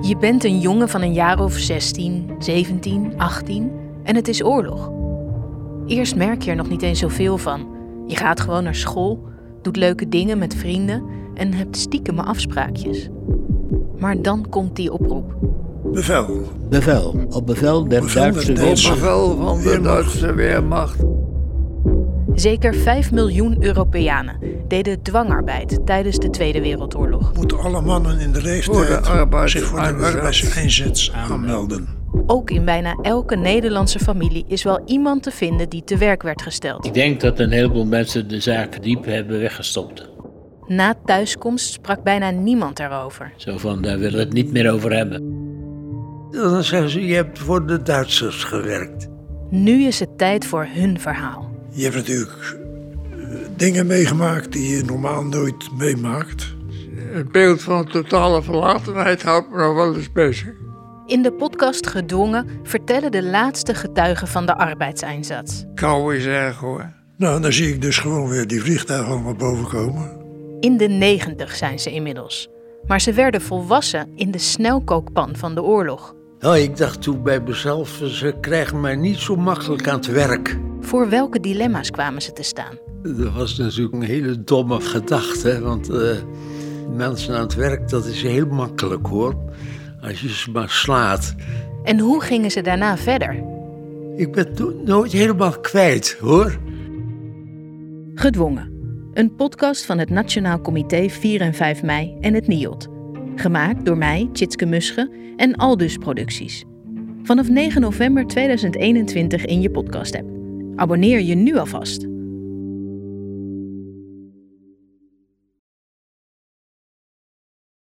Je bent een jongen van een jaar of 16, 17, 18 en het is oorlog. Eerst merk je er nog niet eens zoveel van. Je gaat gewoon naar school, doet leuke dingen met vrienden en hebt stiekeme afspraakjes. Maar dan komt die oproep. Bevel. Bevel. Op bevel der Bevel der Duitse Duitse- Weermacht. Bevel van de Weermacht. Duitse Weermacht. Zeker 5 miljoen Europeanen deden dwangarbeid tijdens de Tweede Wereldoorlog. Moeten alle mannen in de Voor de leeftijd arbeid- zich voor de arbeids- arbeidseinzet aanmelden. Ook in bijna elke Nederlandse familie is wel iemand te vinden die te werk werd gesteld. Ik denk dat een heleboel mensen de zaak diep hebben weggestopt. Na thuiskomst sprak bijna niemand daarover. Zo van, daar willen we het niet meer over hebben. Dan zeggen ze, je hebt voor de Duitsers gewerkt. Nu is het tijd voor hun verhaal. Je hebt natuurlijk eh, dingen meegemaakt die je normaal nooit meemaakt. Het beeld van totale verlatenheid houdt me nog wel eens bezig. In de podcast Gedwongen vertellen de laatste getuigen van de arbeidseinsatz. Kou is erg hoor. Nou, dan zie ik dus gewoon weer die vliegtuigen allemaal boven komen. In de negentig zijn ze inmiddels. Maar ze werden volwassen in de snelkookpan van de oorlog. Nou, ik dacht toen bij mezelf, ze krijgen mij niet zo makkelijk aan het werk. Voor welke dilemma's kwamen ze te staan? Dat was natuurlijk een hele domme gedachte, want eh, mensen aan het werk, dat is heel makkelijk hoor. Als je ze maar slaat. En hoe gingen ze daarna verder? Ik ben toen nooit helemaal kwijt hoor. Gedwongen. Een podcast van het Nationaal Comité 4 en 5 mei en het NIOD. Gemaakt door mij, Tjitske Musche en Aldus Producties. Vanaf 9 november 2021 in je podcast-app. Abonneer je nu alvast.